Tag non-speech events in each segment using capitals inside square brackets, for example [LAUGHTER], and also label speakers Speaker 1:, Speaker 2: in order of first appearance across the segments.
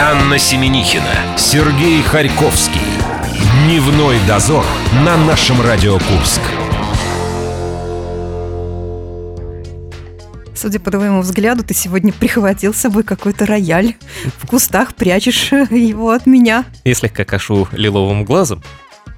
Speaker 1: Анна Семенихина, Сергей Харьковский. Дневной дозор на нашем Радио Курск.
Speaker 2: Судя по твоему взгляду, ты сегодня прихватил с собой какой-то рояль. В кустах прячешь его от меня. [LAUGHS]
Speaker 3: Я слегка кашу лиловым глазом.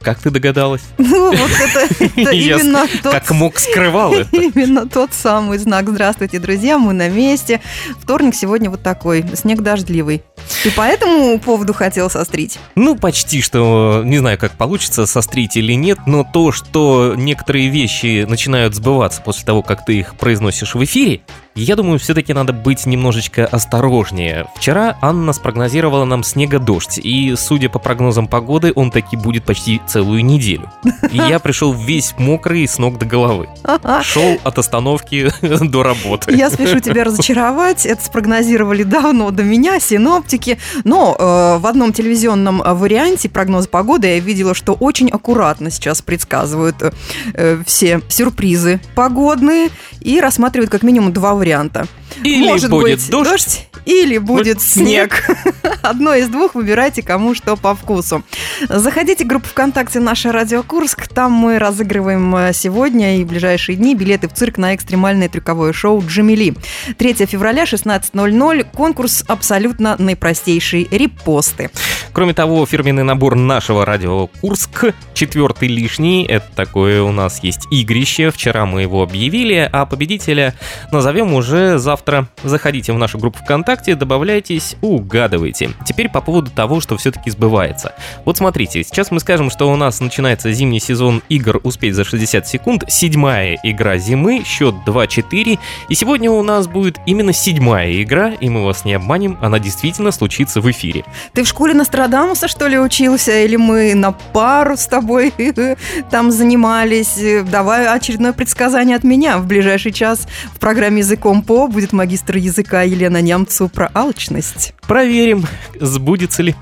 Speaker 3: Как ты догадалась?
Speaker 2: Ну, вот
Speaker 3: [LAUGHS]
Speaker 2: это, это
Speaker 3: Я с-
Speaker 2: именно тот... [LAUGHS]
Speaker 3: Как мог скрывал это?
Speaker 2: Именно тот самый знак. Здравствуйте, друзья, мы на месте. Вторник сегодня вот такой, снег дождливый. Ты по этому поводу хотел сострить? [LAUGHS]
Speaker 3: Ну, почти что, не знаю, как получится, сострить или нет, но то, что некоторые вещи начинают сбываться после того, как ты их произносишь в эфире, я думаю, все-таки надо быть немножечко осторожнее. Вчера Анна спрогнозировала нам снега-дождь, и, судя по прогнозам погоды, он таки будет почти целую неделю. И я пришел весь мокрый с ног до головы.
Speaker 2: Ха-ха.
Speaker 3: Шел от остановки [LAUGHS] до работы.
Speaker 2: А Я спешу тебя разочаровать. Это спрогнозировали давно до меня синоптики. Но э, в одном телевизионном э, варианте прогноз погоды я видела, что очень аккуратно сейчас предсказывают э, э, все сюрпризы погодные и рассматривают как минимум два варианта.
Speaker 3: Или
Speaker 2: Может
Speaker 3: будет
Speaker 2: быть,
Speaker 3: дождь,
Speaker 2: Или будет снег. [LAUGHS] Одно из двух выбирайте, кому что по вкусу. Заходите в группу ВКонтакте «Наша Радио Курск». Там мы разыгрываем э, сегодня и в ближайшие дни билеты в цирк на экстремальное трюковое шоу «Джамили». 3 февраля, 16.00. Конкурс абсолютно наипростейший. Репосты.
Speaker 3: Кроме того, фирменный набор нашего радио Курск, четвертый лишний, это такое у нас есть игрище, вчера мы его объявили, а победителя назовем уже завтра. Заходите в нашу группу ВКонтакте, добавляйтесь, угадывайте. Теперь по поводу того, что все-таки сбывается. Вот смотрите, сейчас мы скажем, что у нас начинается зимний сезон игр «Успеть за 60 секунд», седьмая игра зимы, счет 2-4, и сегодня у нас будет именно седьмая игра, и мы вас не обманем, она действительно случится в эфире.
Speaker 2: Ты в школе Нострадамуса, что ли, учился? Или мы на пару с тобой [LAUGHS] там занимались? Давай очередное предсказание от меня. В ближайший час в программе «Языком по» будет магистр языка Елена Нямцу про алчность.
Speaker 3: Проверим, сбудется ли.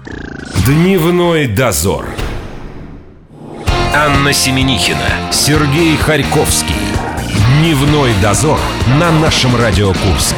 Speaker 1: Дневной дозор. Анна Семенихина, Сергей Харьковский. Дневной дозор на нашем Радио Курск.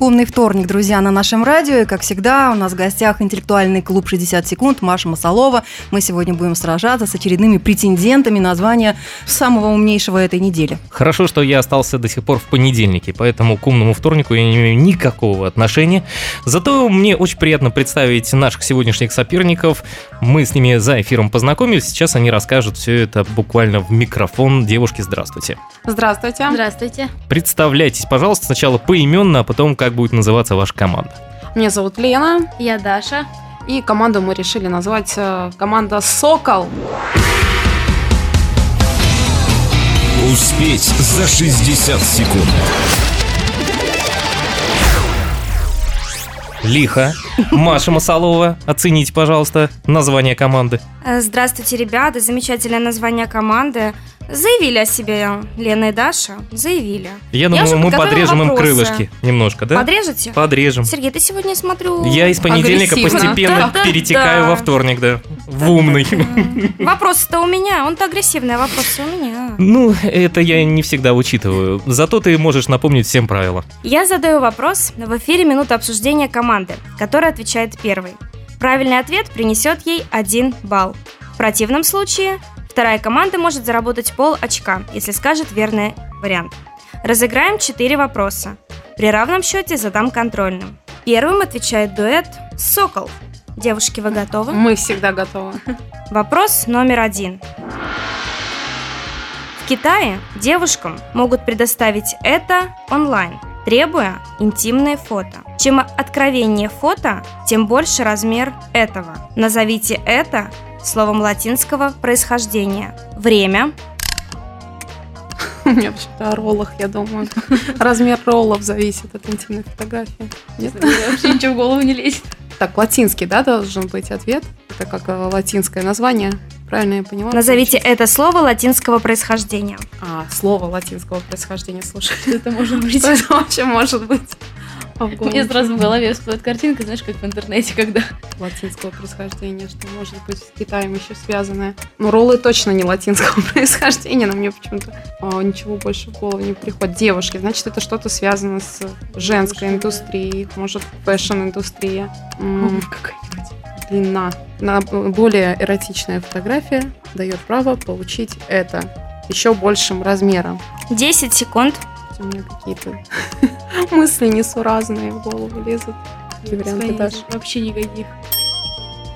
Speaker 4: Умный вторник, друзья, на нашем радио. И, как всегда, у нас в гостях интеллектуальный клуб «60 секунд» Маша Масалова. Мы сегодня будем сражаться с очередными претендентами на звание самого умнейшего этой недели.
Speaker 3: Хорошо, что я остался до сих пор в понедельнике, поэтому к умному вторнику я не имею никакого отношения. Зато мне очень приятно представить наших сегодняшних соперников. Мы с ними за эфиром познакомились. Сейчас они расскажут все это буквально в микрофон. Девушки, здравствуйте.
Speaker 5: Здравствуйте.
Speaker 6: Здравствуйте.
Speaker 3: Представляйтесь, пожалуйста, сначала поименно, а потом как будет называться ваша команда.
Speaker 5: Меня зовут Лена,
Speaker 6: Я Даша.
Speaker 5: и команду мы решили назвать э, команда «Сокол».
Speaker 1: Успеть за 60 секунд.
Speaker 3: Лиха, [LAUGHS] Маша Масалова, оцените, пожалуйста, название команды.
Speaker 7: Э, Здравствуйте, ребята. Замечательное название команды. Заявили о себе Лена и Даша. Заявили.
Speaker 3: Я
Speaker 7: Я
Speaker 3: думаю,
Speaker 7: уже
Speaker 3: мы
Speaker 7: подготовила
Speaker 3: подрежем им
Speaker 7: вопросы.
Speaker 3: крылышки немножко, да?
Speaker 7: Подрежете?
Speaker 3: Подрежем.
Speaker 7: Сергей, ты сегодня, смотрю...
Speaker 3: Я из понедельника
Speaker 5: Агрессивно.
Speaker 3: постепенно
Speaker 7: Да-да-да.
Speaker 3: перетекаю во вторник, да. В умный.
Speaker 7: М, Вопрос-то у меня. Он-то агрессивный, а вопросы у меня.
Speaker 3: Ну, это я не всегда учитываю. Зато ты можешь напомнить всем правила.
Speaker 7: Я задаю вопрос. В эфире минута обсуждения команды, которая отвечает первой. Правильный ответ принесет ей один балл. В противном случае вторая команда может заработать пол очка, если скажет верный вариант. Разыграем 4 вопроса. При равном счете задам контрольным. Первым отвечает дуэт «Сокол». Девушки, вы готовы?
Speaker 5: Мы всегда готовы. [LAUGHS]
Speaker 7: Вопрос номер один. В Китае девушкам могут предоставить это онлайн, требуя интимные фото. Чем откровеннее фото, тем больше размер этого. Назовите это словом латинского происхождения. Время.
Speaker 5: У меня вообще-то о роллах, я думаю. Размер роллов зависит от интимной фотографии. Нет?
Speaker 6: Вообще ничего в голову не лезет.
Speaker 5: Так, латинский, да, должен быть ответ? Это как э, латинское название. Правильно я поняла?
Speaker 7: Назовите это слово латинского происхождения.
Speaker 5: А, слово латинского происхождения, слушай. [LAUGHS]
Speaker 6: Это может
Speaker 5: Что это вообще может быть? А в
Speaker 6: [LAUGHS] Мне
Speaker 5: голову
Speaker 6: сразу в голове всплывает картинка, знаешь, как в интернете, когда...
Speaker 5: латинского происхождения, что может быть с Китаем еще связанное. Но роллы точно не латинского [LAUGHS] происхождения, но мне почему-то а, ничего больше в голову не приходит. Девушки, значит, это что-то связано с женской
Speaker 6: Девушки, да.
Speaker 5: индустрией, может, фэшн-индустрия. М, Длина. На более эротичная фотография дает право получить это еще большим размером.
Speaker 7: 10 секунд.
Speaker 5: У меня какие-то [LAUGHS] мысли несуразные в голову лезут. Какие варианты,
Speaker 6: Свои
Speaker 5: Даш?
Speaker 6: Вообще никаких.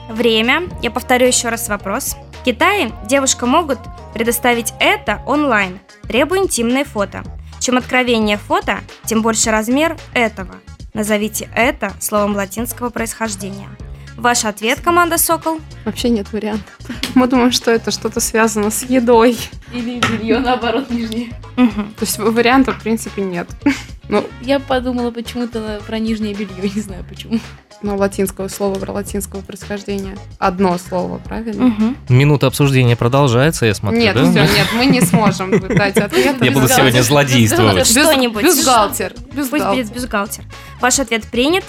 Speaker 7: Время. Я повторю еще раз вопрос. В Китае девушка могут предоставить это онлайн, требуя интимные фото. Чем откровеннее фото, тем больше размер этого. Назовите это словом латинского происхождения. Ваш ответ, команда «Сокол».
Speaker 5: Вообще нет вариантов. [LAUGHS] Мы думаем, что это что-то связано с едой.
Speaker 6: Или белье, наоборот, нижнее.
Speaker 7: Мгм.
Speaker 5: То есть вариантов, в принципе, нет.
Speaker 6: Я подумала почему-то на- про нижнее белье, не знаю почему.
Speaker 5: Но латинского слова про латинского происхождения. Одно слово, правильно?
Speaker 7: Мгм.
Speaker 3: Минута обсуждения продолжается, я смотрю,
Speaker 5: Нет,
Speaker 3: да?
Speaker 5: все, нет, мы не [LAUGHS] сможем дать ответ.
Speaker 3: Я буду
Speaker 6: Бюстгальтер.
Speaker 3: сегодня злодействовать.
Speaker 6: Бюст-
Speaker 7: Что-нибудь.
Speaker 5: Бюстгальтер.
Speaker 7: Пусть
Speaker 5: Бюстгальтер.
Speaker 7: будет бюстгальтер. Ваш ответ принят,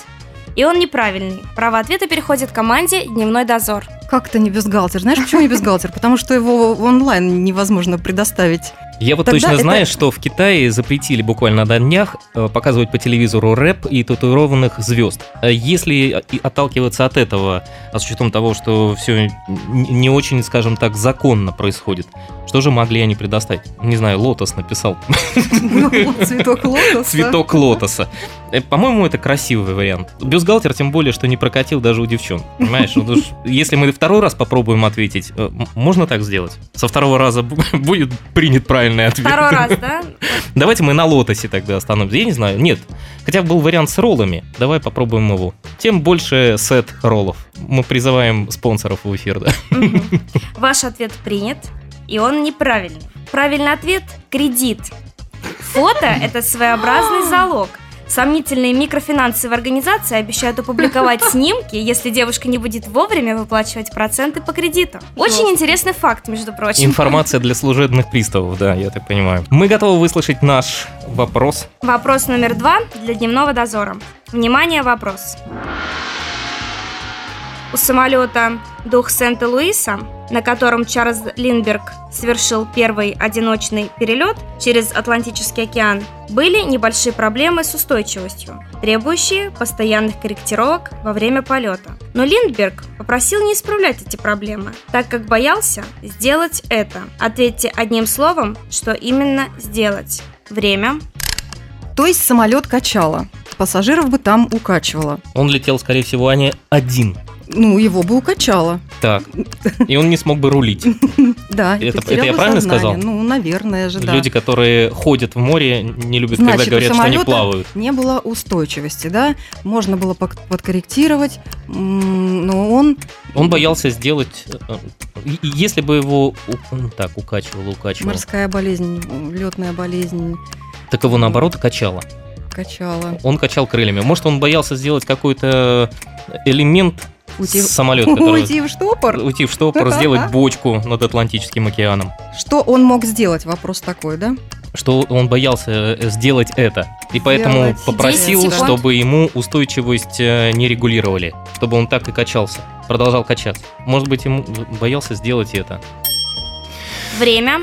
Speaker 7: и он неправильный. Право ответа переходит команде «Дневной дозор».
Speaker 2: Как-то не бюстгальтер. Знаешь, почему не бюстгальтер? Потому что его в онлайн невозможно предоставить.
Speaker 3: Я вот
Speaker 2: Тогда
Speaker 3: точно
Speaker 2: это-
Speaker 3: знаю, что в Китае запретили буквально на днях э, показывать по телевизору рэп и татуированных звезд. Э, Если и отталкиваться от этого, а с учетом того, что все не очень, скажем так, законно происходит, что же могли они предоставить? Не знаю, Лотос написал
Speaker 2: Ну, Цветок лотоса.
Speaker 3: цветок лотоса. Э, По-моему, это красивый вариант. Бюстгальтер, тем более, что не прокатил даже у девчонок. Понимаешь, Вот уж если мы второй раз попробуем ответить, э, м- можно так сделать? Со второго раза бу- [LAUGHS] будет принят правильный ответ.
Speaker 7: Второй раз, да?
Speaker 3: Давайте мы на лотосе тогда остановимся. Я не знаю, нет. Хотя был вариант с роллами. Давай попробуем его. Тем больше сет роллов. Мы призываем спонсоров в эфир, да?
Speaker 7: Мгм. Ваш ответ принят, и он неправильный. Правильный ответ – кредит. Фото – это своеобразный залог. Сомнительные микрофинансовые организации обещают опубликовать снимки, если девушка не будет вовремя выплачивать проценты по кредиту. Очень интересный факт, между прочим.
Speaker 3: Информация для служебных приставов, да, я так понимаю. Мы готовы выслушать наш вопрос.
Speaker 7: Вопрос номер два для дневного дозора. Внимание, вопрос. У самолета «Дух Сент-Луиса», на котором Чарльз Линдберг совершил первый одиночный перелет через Атлантический океан, были небольшие проблемы с устойчивостью, требующие постоянных корректировок во время полета. Но Линдберг попросил не исправлять эти проблемы, так как боялся сделать это. Ответьте одним словом, что именно сделать. Время
Speaker 2: То есть самолет качало. Пассажиров бы там укачивало.
Speaker 3: Он летел, скорее всего, Аня один.
Speaker 2: Ну, его бы укачало.
Speaker 3: Так. И он не смог бы рулить.
Speaker 2: Да, и
Speaker 3: Это- это
Speaker 2: потерял
Speaker 3: я
Speaker 2: бы
Speaker 3: правильно
Speaker 2: сознание.
Speaker 3: сказал?
Speaker 2: Ну, наверное же, [LAUGHS] да.
Speaker 3: Люди, которые ходят в море, не любят, когда
Speaker 2: Значит, у
Speaker 3: говорят, что они
Speaker 2: самолета
Speaker 3: плавают.
Speaker 2: Не было устойчивости, да? Можно было пок- подкорректировать, м, но он...
Speaker 3: Он боялся сделать... э, э, и- и Если бы его... у- Так, укачивало, укачивало.
Speaker 2: Морская болезнь, летная болезнь
Speaker 3: Так его, наоборот, качало.
Speaker 2: качала.
Speaker 3: Он качал крыльями. Может, он боялся сделать какой-то элемент
Speaker 2: Уйти, [LAUGHS]
Speaker 3: с самолета, который...
Speaker 2: уйти в штопор?
Speaker 3: Уйти в штопор, сделать бочку над Атлантическим океаном.
Speaker 2: Что он мог сделать? Вопрос такой, да?
Speaker 3: Что он боялся э, сделать это. И поэтому
Speaker 2: Сделать.
Speaker 3: попросил,
Speaker 7: 10 секунд.
Speaker 3: чтобы ему устойчивость э, не регулировали. Чтобы он так и качался. Продолжал качаться. Может быть, ему боялся сделать это.
Speaker 7: Время.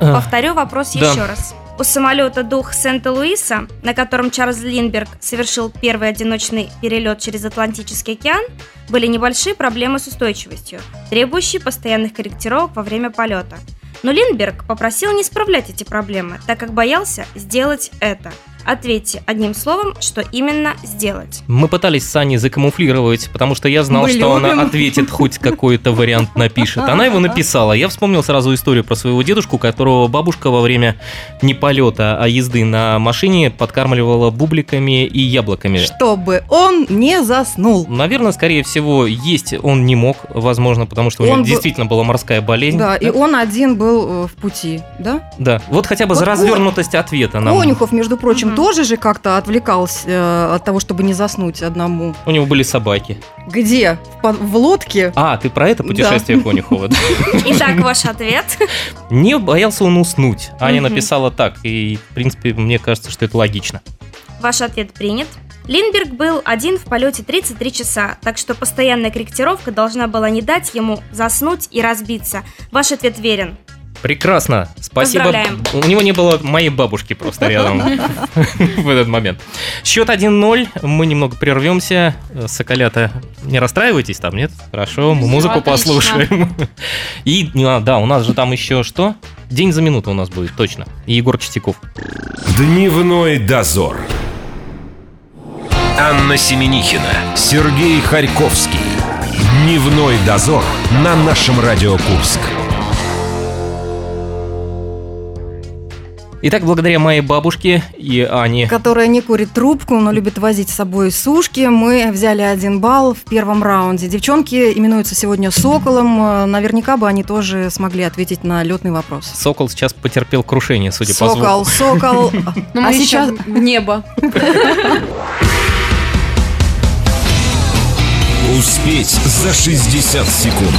Speaker 7: Повторю вопрос
Speaker 3: Да.
Speaker 7: еще раз. У самолета «Дух Сент-Луиса», на котором Чарльз Линдберг совершил первый одиночный перелет через Атлантический океан, были небольшие проблемы с устойчивостью, требующие постоянных корректировок во время полета. Но Линдберг попросил не исправлять эти проблемы, так как боялся сделать это. Ответьте одним словом, что именно
Speaker 3: [LAUGHS]
Speaker 7: сделать.
Speaker 3: Мы пытались с Аней закамуфлировать, потому что я знал,
Speaker 2: Мы
Speaker 3: что она
Speaker 2: любим.
Speaker 3: ответит, хоть какой-то вариант напишет. Она его написала. Я вспомнил сразу историю про своего дедушку, которого бабушка во время не полета, а езды на машине подкармливала бубликами и яблоками.
Speaker 2: Чтобы он не заснул.
Speaker 3: Наверное, скорее всего, есть он не мог, возможно, потому что у
Speaker 2: Он
Speaker 3: него
Speaker 2: бы-
Speaker 3: действительно была морская болезнь.
Speaker 2: Да, и он один был э, в пути, да?
Speaker 3: Да. Вот хотя бы за
Speaker 2: Вот он-
Speaker 3: развернутость ответа нам.
Speaker 2: Конюхов, между прочим,
Speaker 7: Мгм.
Speaker 2: тоже же как-то отвлекался э, от того, чтобы не заснуть одному.
Speaker 3: У него были собаки.
Speaker 2: Где? В, под- в лодке?
Speaker 3: А, ты про это
Speaker 2: Да. [LAUGHS]
Speaker 3: путешествие Конюхова? да?
Speaker 7: Итак, ваш ответ.
Speaker 3: Не боялся он уснуть. Аня
Speaker 7: Мгм.
Speaker 3: написала так, и, в принципе, мне кажется, что это логично.
Speaker 7: Ваш ответ принят. Линберг был один в полете 33 часа, так что постоянная корректировка должна была не дать ему заснуть и разбиться. Ваш ответ верен.
Speaker 3: Прекрасно, спасибо.
Speaker 7: Поздравляем.
Speaker 3: У него не было моей бабушки
Speaker 2: [LAUGHS]
Speaker 3: просто рядом [LAUGHS] в этот момент. Счет 1-0, мы немного прервемся. Соколята, не расстраивайтесь там, нет? Хорошо, мы
Speaker 5: Всё,
Speaker 3: музыку
Speaker 5: отлично.
Speaker 3: послушаем. И, а, да, у нас же там еще что? День за минуту у нас будет, точно. И Егор Чистяков.
Speaker 1: Дневной дозор. Анна Семенихина, Сергей Харьковский. Дневной дозор на нашем Радио Курск.
Speaker 3: Итак, благодаря моей бабушке и Ане
Speaker 2: которая не курит трубку, но любит возить с собой сушки. Мы взяли один балл в первом раунде. Девчонки именуются сегодня «Соколом». Э, Наверняка бы они тоже смогли ответить на летный вопрос.
Speaker 3: Сокол сейчас потерпел крушение, судя по звуку.
Speaker 2: Сокол,
Speaker 3: [LAUGHS]
Speaker 2: сокол.
Speaker 5: Но
Speaker 2: А
Speaker 5: мы
Speaker 2: сейчас...
Speaker 5: еще в небо.
Speaker 1: Успеть за 60 секунд.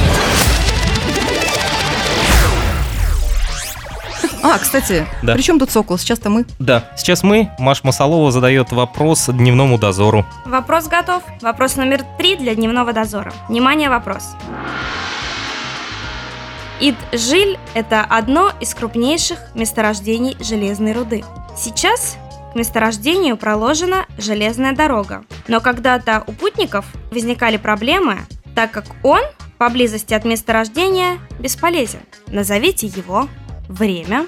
Speaker 2: А, кстати,
Speaker 3: Да.
Speaker 2: при чем тут сокол? Сейчас-то мы.
Speaker 3: Да, сейчас мы. Маш Масалова задает вопрос дневному дозору.
Speaker 7: Вопрос готов. Вопрос номер три для дневного дозора. Внимание, вопрос. Иджиль – это одно из крупнейших месторождений железной руды. Сейчас к месторождению проложена железная дорога. Но когда-то у путников возникали проблемы, так как он поблизости от месторождения бесполезен. Назовите его время.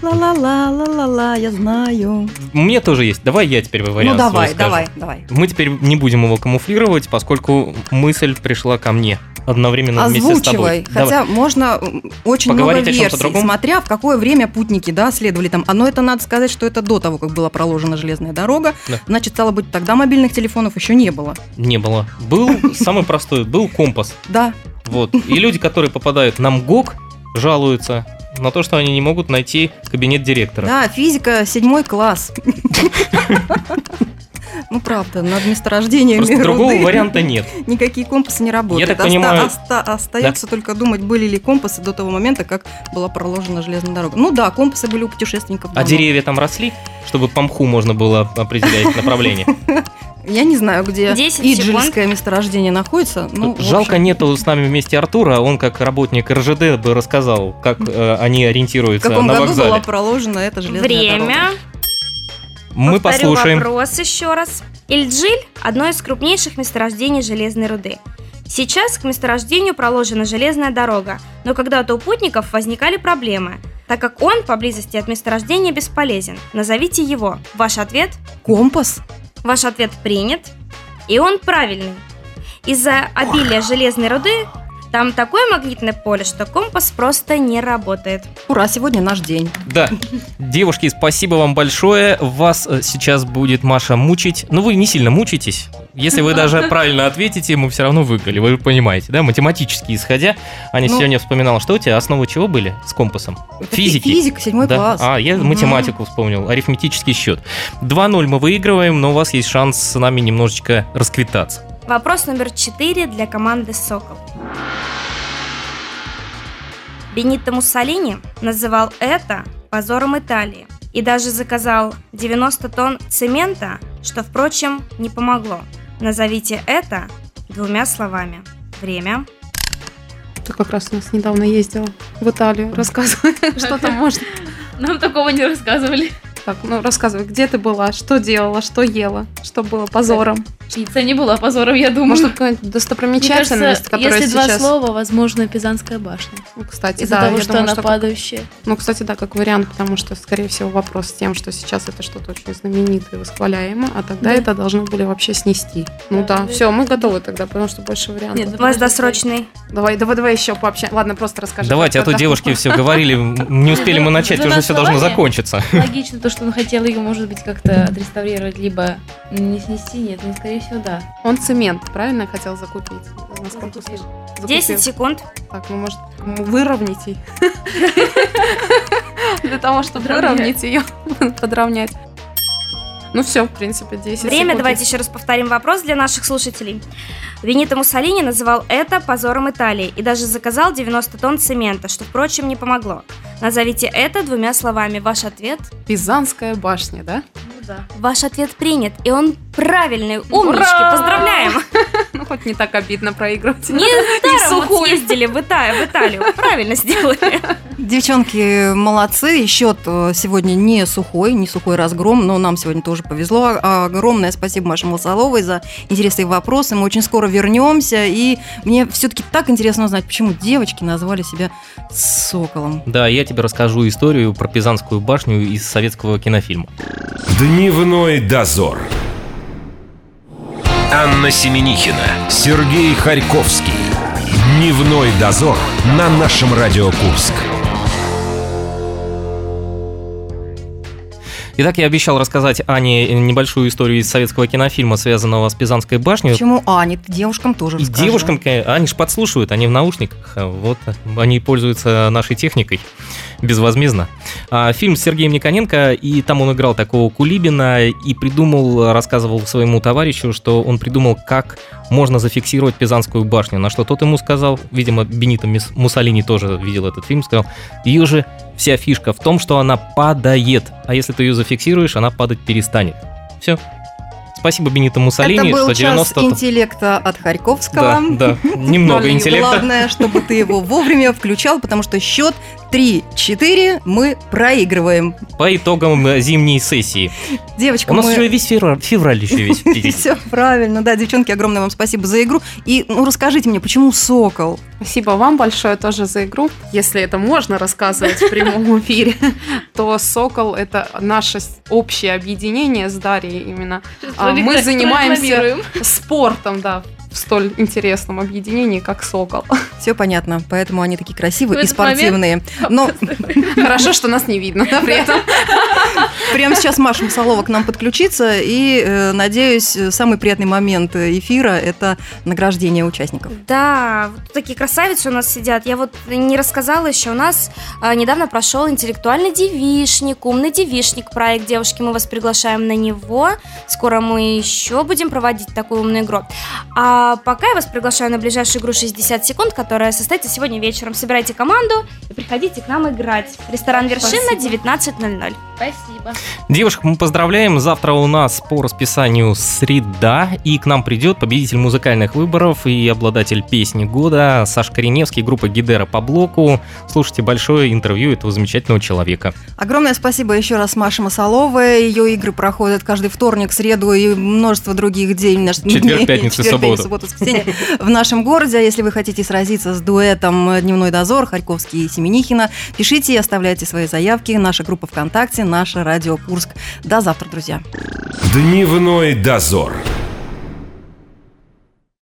Speaker 2: Ла-ла-ла-ла-ла-ла, я знаю.
Speaker 3: У меня тоже есть. Давай я теперь
Speaker 2: Ну
Speaker 3: вариант свой
Speaker 2: давай,
Speaker 3: скажу.
Speaker 2: давай, давай.
Speaker 3: Мы теперь не будем его камуфлировать, поскольку мысль пришла ко мне одновременно Ну, вместе с тобой.
Speaker 2: Озвучивай.
Speaker 3: Давай.
Speaker 2: Хотя можно м, очень много
Speaker 3: Поговорить о чем-то
Speaker 2: версий,
Speaker 3: другом?
Speaker 2: смотря в какое время путники да, следовали там. А, Но это надо сказать, что это до того, как была проложена железная дорога.
Speaker 3: Да.
Speaker 2: Значит, стало быть, тогда мобильных телефонов еще не было.
Speaker 3: Не было. Был самый простой, был компас.
Speaker 2: Да,
Speaker 3: Вот. И люди, которые попадают на МГОК, жалуются на то, что они не могут найти кабинет директора.
Speaker 2: да, физика, седьмой класс. Ну, правда, над месторождениями
Speaker 3: Просто другого
Speaker 2: руды
Speaker 3: варианта нет.
Speaker 2: Никакие компасы не работают.
Speaker 3: Я так
Speaker 2: Оста-
Speaker 3: понимаю-
Speaker 2: оста- Остается только думать, были ли компасы до того момента, как была проложена железная дорога. Ну да, компасы были у путешественников
Speaker 3: А
Speaker 2: давно.
Speaker 3: деревья там росли, чтобы по мху можно было определять направление.
Speaker 2: Я не знаю, где
Speaker 7: 10
Speaker 2: Иджельское месторождение находится. [LAUGHS] Ну, в
Speaker 3: Жалко,
Speaker 2: общем,
Speaker 3: нету с нами вместе Артура, а он как работник РЖД бы рассказал, как э, они
Speaker 2: В
Speaker 3: ориентируются
Speaker 2: каком
Speaker 3: на
Speaker 2: году
Speaker 3: вокзале.
Speaker 2: была проложена эта железная дорога?
Speaker 7: Время.
Speaker 3: Мы
Speaker 7: Повторю
Speaker 3: послушаем.
Speaker 7: вопрос еще раз. Ильджиль – одно из крупнейших месторождений железной руды. Сейчас к месторождению проложена железная дорога, но когда-то у путников возникали проблемы, так как он поблизости от месторождения бесполезен. Назовите его. Ваш ответ?
Speaker 2: Компас?
Speaker 7: Ваш ответ принят, и он правильный. Из-за обилия железной руды там такое магнитное поле, что компас просто не работает.
Speaker 2: Ура, сегодня наш день.
Speaker 3: Да. Девушки, спасибо вам большое. Вас э, сейчас будет Маша мучить. Но вы не сильно мучитесь. Если вы даже
Speaker 2: [LAUGHS]
Speaker 3: правильно ответите, мы все равно выиграли. Вы понимаете, да? Математически исходя. Аня
Speaker 2: Ну.
Speaker 3: сегодня вспоминала, что у тебя основы чего были с компасом?
Speaker 2: Это
Speaker 3: Физики.
Speaker 2: Физика, седьмой
Speaker 3: Да.
Speaker 2: класс.
Speaker 3: А, я
Speaker 2: Мгм.
Speaker 3: математику вспомнил, арифметический счет. 2-0 мы выигрываем, но у вас есть шанс с нами немножечко расквитаться.
Speaker 7: Вопрос номер четыре для команды «Сокол». Бенито Муссолини называл это позором Италии и даже заказал 90 тонн цемента, что, впрочем, не помогло. Назовите это двумя словами. Время.
Speaker 5: Ты как раз у нас недавно ездила в Италию.
Speaker 6: [LAUGHS]
Speaker 5: Рассказывай, [LAUGHS] что там можно.
Speaker 6: Нам такого не рассказывали.
Speaker 5: Так, ну рассказывай, где ты была, что делала, что ела, что было позором.
Speaker 6: Пицца не была позором, я думаю.
Speaker 5: Может, какая-нибудь
Speaker 6: Мне
Speaker 5: достопримечательность,
Speaker 6: кажется,
Speaker 5: которая
Speaker 6: если два
Speaker 5: сейчас...
Speaker 6: слова, возможно, Пизанская башня.
Speaker 5: Ну, кстати,
Speaker 6: Из-за
Speaker 5: да,
Speaker 6: того,
Speaker 5: я
Speaker 6: что
Speaker 5: думаю,
Speaker 6: она
Speaker 5: что как-
Speaker 6: падающая.
Speaker 5: Ну, кстати, да, как вариант, потому что, скорее всего, вопрос с тем, что сейчас это что-то очень знаменитое и восхваляемо, а тогда
Speaker 6: Да.
Speaker 5: это должны были вообще снести. Ну да,
Speaker 6: Да, да.
Speaker 5: все, мы готовы тогда, потому что больше вариантов.
Speaker 6: Нет,
Speaker 7: У вас досрочный.
Speaker 5: Давай, давай, давай еще пообщаемся. Ладно, просто расскажи.
Speaker 3: Давайте, а
Speaker 5: как
Speaker 3: то
Speaker 5: это.
Speaker 3: девушки все говорили, не успели мы начать, уже все должно закончиться.
Speaker 6: Логично то, что он хотел ее, может быть, как-то отреставрировать, либо не снести, нет, ну, скорее всего, да.
Speaker 5: Он цемент, правильно хотел закупить? Насколько
Speaker 6: Закупил.
Speaker 5: слышно?
Speaker 7: 10
Speaker 5: Закупил.
Speaker 7: секунд.
Speaker 5: Так, ну, может, м, выровнять ее. [LAUGHS] Для того, чтобы [LAUGHS] выровнять
Speaker 6: Подровнять.
Speaker 5: ее, подровнять. Ну все, в принципе, 10
Speaker 7: Время,
Speaker 5: секунд.
Speaker 7: давайте еще раз повторим вопрос для наших слушателей. Венито Муссолини называл это позором Италии и даже заказал 90 тонн цемента, что, впрочем, не помогло. Назовите это двумя словами. Ваш ответ?
Speaker 5: Пизанская башня, да? [LAUGHS]
Speaker 6: Ну да.
Speaker 7: Ваш ответ принят, и он правильный. Умнички,
Speaker 5: Ура!
Speaker 7: поздравляем!
Speaker 5: Ну, хоть не так обидно проигрывать.
Speaker 7: Не даром вот
Speaker 5: сухую.
Speaker 7: съездили в Италию, в Италию. Правильно сделали.
Speaker 2: Девчонки молодцы, и счет э, сегодня не сухой, не сухой разгром, но нам сегодня тоже повезло. А- Огромное спасибо Маше Масоловой за интересные вопросы. Мы очень скоро вернемся, и мне все-таки так интересно узнать, почему девочки назвали себя соколом.
Speaker 3: Да, я тебе расскажу историю про Пизанскую башню из советского кинофильма.
Speaker 1: Дневной дозор. Анна Семенихина, Сергей Харьковский. Дневной дозор на нашем Радио Курск.
Speaker 3: Итак, я обещал рассказать Ане небольшую историю из советского кинофильма, связанного с Пизанской башней.
Speaker 2: Почему Аня? Ты Девушкам тоже
Speaker 3: И
Speaker 2: расскажи.
Speaker 3: девушкам, кон- а, они же подслушивают, они в наушниках, а вот они пользуются нашей техникой безвозмездно. А, Фильм с Сергеем Никоненко, и там он играл такого Кулибина и придумал, рассказывал своему товарищу, что он придумал, как можно зафиксировать Пизанскую башню, на что тот ему сказал, видимо, Бенито Мис- Муссолини тоже видел этот фильм, сказал, ее же вся фишка в том, что она падает, а если ты ее зафиксируешь, она падать перестанет. Все. Спасибо Бенито Муссолини,
Speaker 2: Это был
Speaker 3: что
Speaker 2: час
Speaker 3: 90
Speaker 2: интеллекта от Харьковского.
Speaker 3: да, да. Немного
Speaker 2: И
Speaker 3: интеллекта.
Speaker 2: Главное, чтобы ты его вовремя включал, потому что счет 3-4 мы проигрываем.
Speaker 3: По итогам э, зимней сессии.
Speaker 2: Девочка,
Speaker 3: У нас
Speaker 2: мы... [LAUGHS]
Speaker 3: еще весь февраль, февраль еще весь впереди.
Speaker 2: Все правильно, да, девчонки, огромное вам спасибо за игру. И ну, расскажите мне, почему сокол?
Speaker 5: Спасибо вам большое тоже за игру. Если это можно рассказывать в прямом эфире, то «Сокол» — это наше с- общее объединение с Дарьей именно. А, мы
Speaker 6: Прорекла-
Speaker 5: занимаемся-
Speaker 6: прорекламируем.
Speaker 5: Спортом, да, в столь интересном объединении, как «Сокол». [LAUGHS]
Speaker 2: Все понятно, поэтому они такие красивые
Speaker 6: В
Speaker 2: и
Speaker 6: этот момент-
Speaker 2: спортивные.
Speaker 6: [LAUGHS]
Speaker 2: Но
Speaker 5: Хорошо, что нас не видно да, при этом.
Speaker 2: прямо сейчас Маша Масалова к нам подключится, и, э, надеюсь, э, самый приятный момент э, эфира – это награждение участников.
Speaker 7: Да, вот такие красавицы у нас сидят. Я вот не рассказала еще, у нас а, недавно прошел интеллектуальный девишник, умный девишник проект «Девушки». Мы вас приглашаем на него. Скоро мы еще будем проводить такую умную игру. А пока я вас приглашаю на ближайшую игру 60 секунд, которая состоится сегодня вечером. Собирайте команду и приходите к нам играть. Ресторан «Вершина»
Speaker 6: Спасибо.
Speaker 7: 19.00.
Speaker 6: Спасибо.
Speaker 3: Девушек мы поздравляем. Завтра у нас по расписанию среда, и к нам придет победитель музыкальных выборов и обладатель песни года Саш Кореневский, группа Гидера по блоку. Слушайте большое интервью этого замечательного человека.
Speaker 2: Огромное спасибо еще раз Маше Масаловой. Ее игры проходят каждый вторник, среду и множество других дней. наш-
Speaker 3: Четверг,
Speaker 2: не,
Speaker 3: пятница,
Speaker 2: четверг, пятница,
Speaker 3: суббота.
Speaker 2: суббота, воскресенье в нашем городе. А если вы хотите сразиться с дуэтом «Дневной дозор» Харьковский и Семенихина, пишите и оставляйте свои заявки. Наша группа ВКонтакте, наше радио Курск. До завтра, друзья.
Speaker 1: Дневной дозор.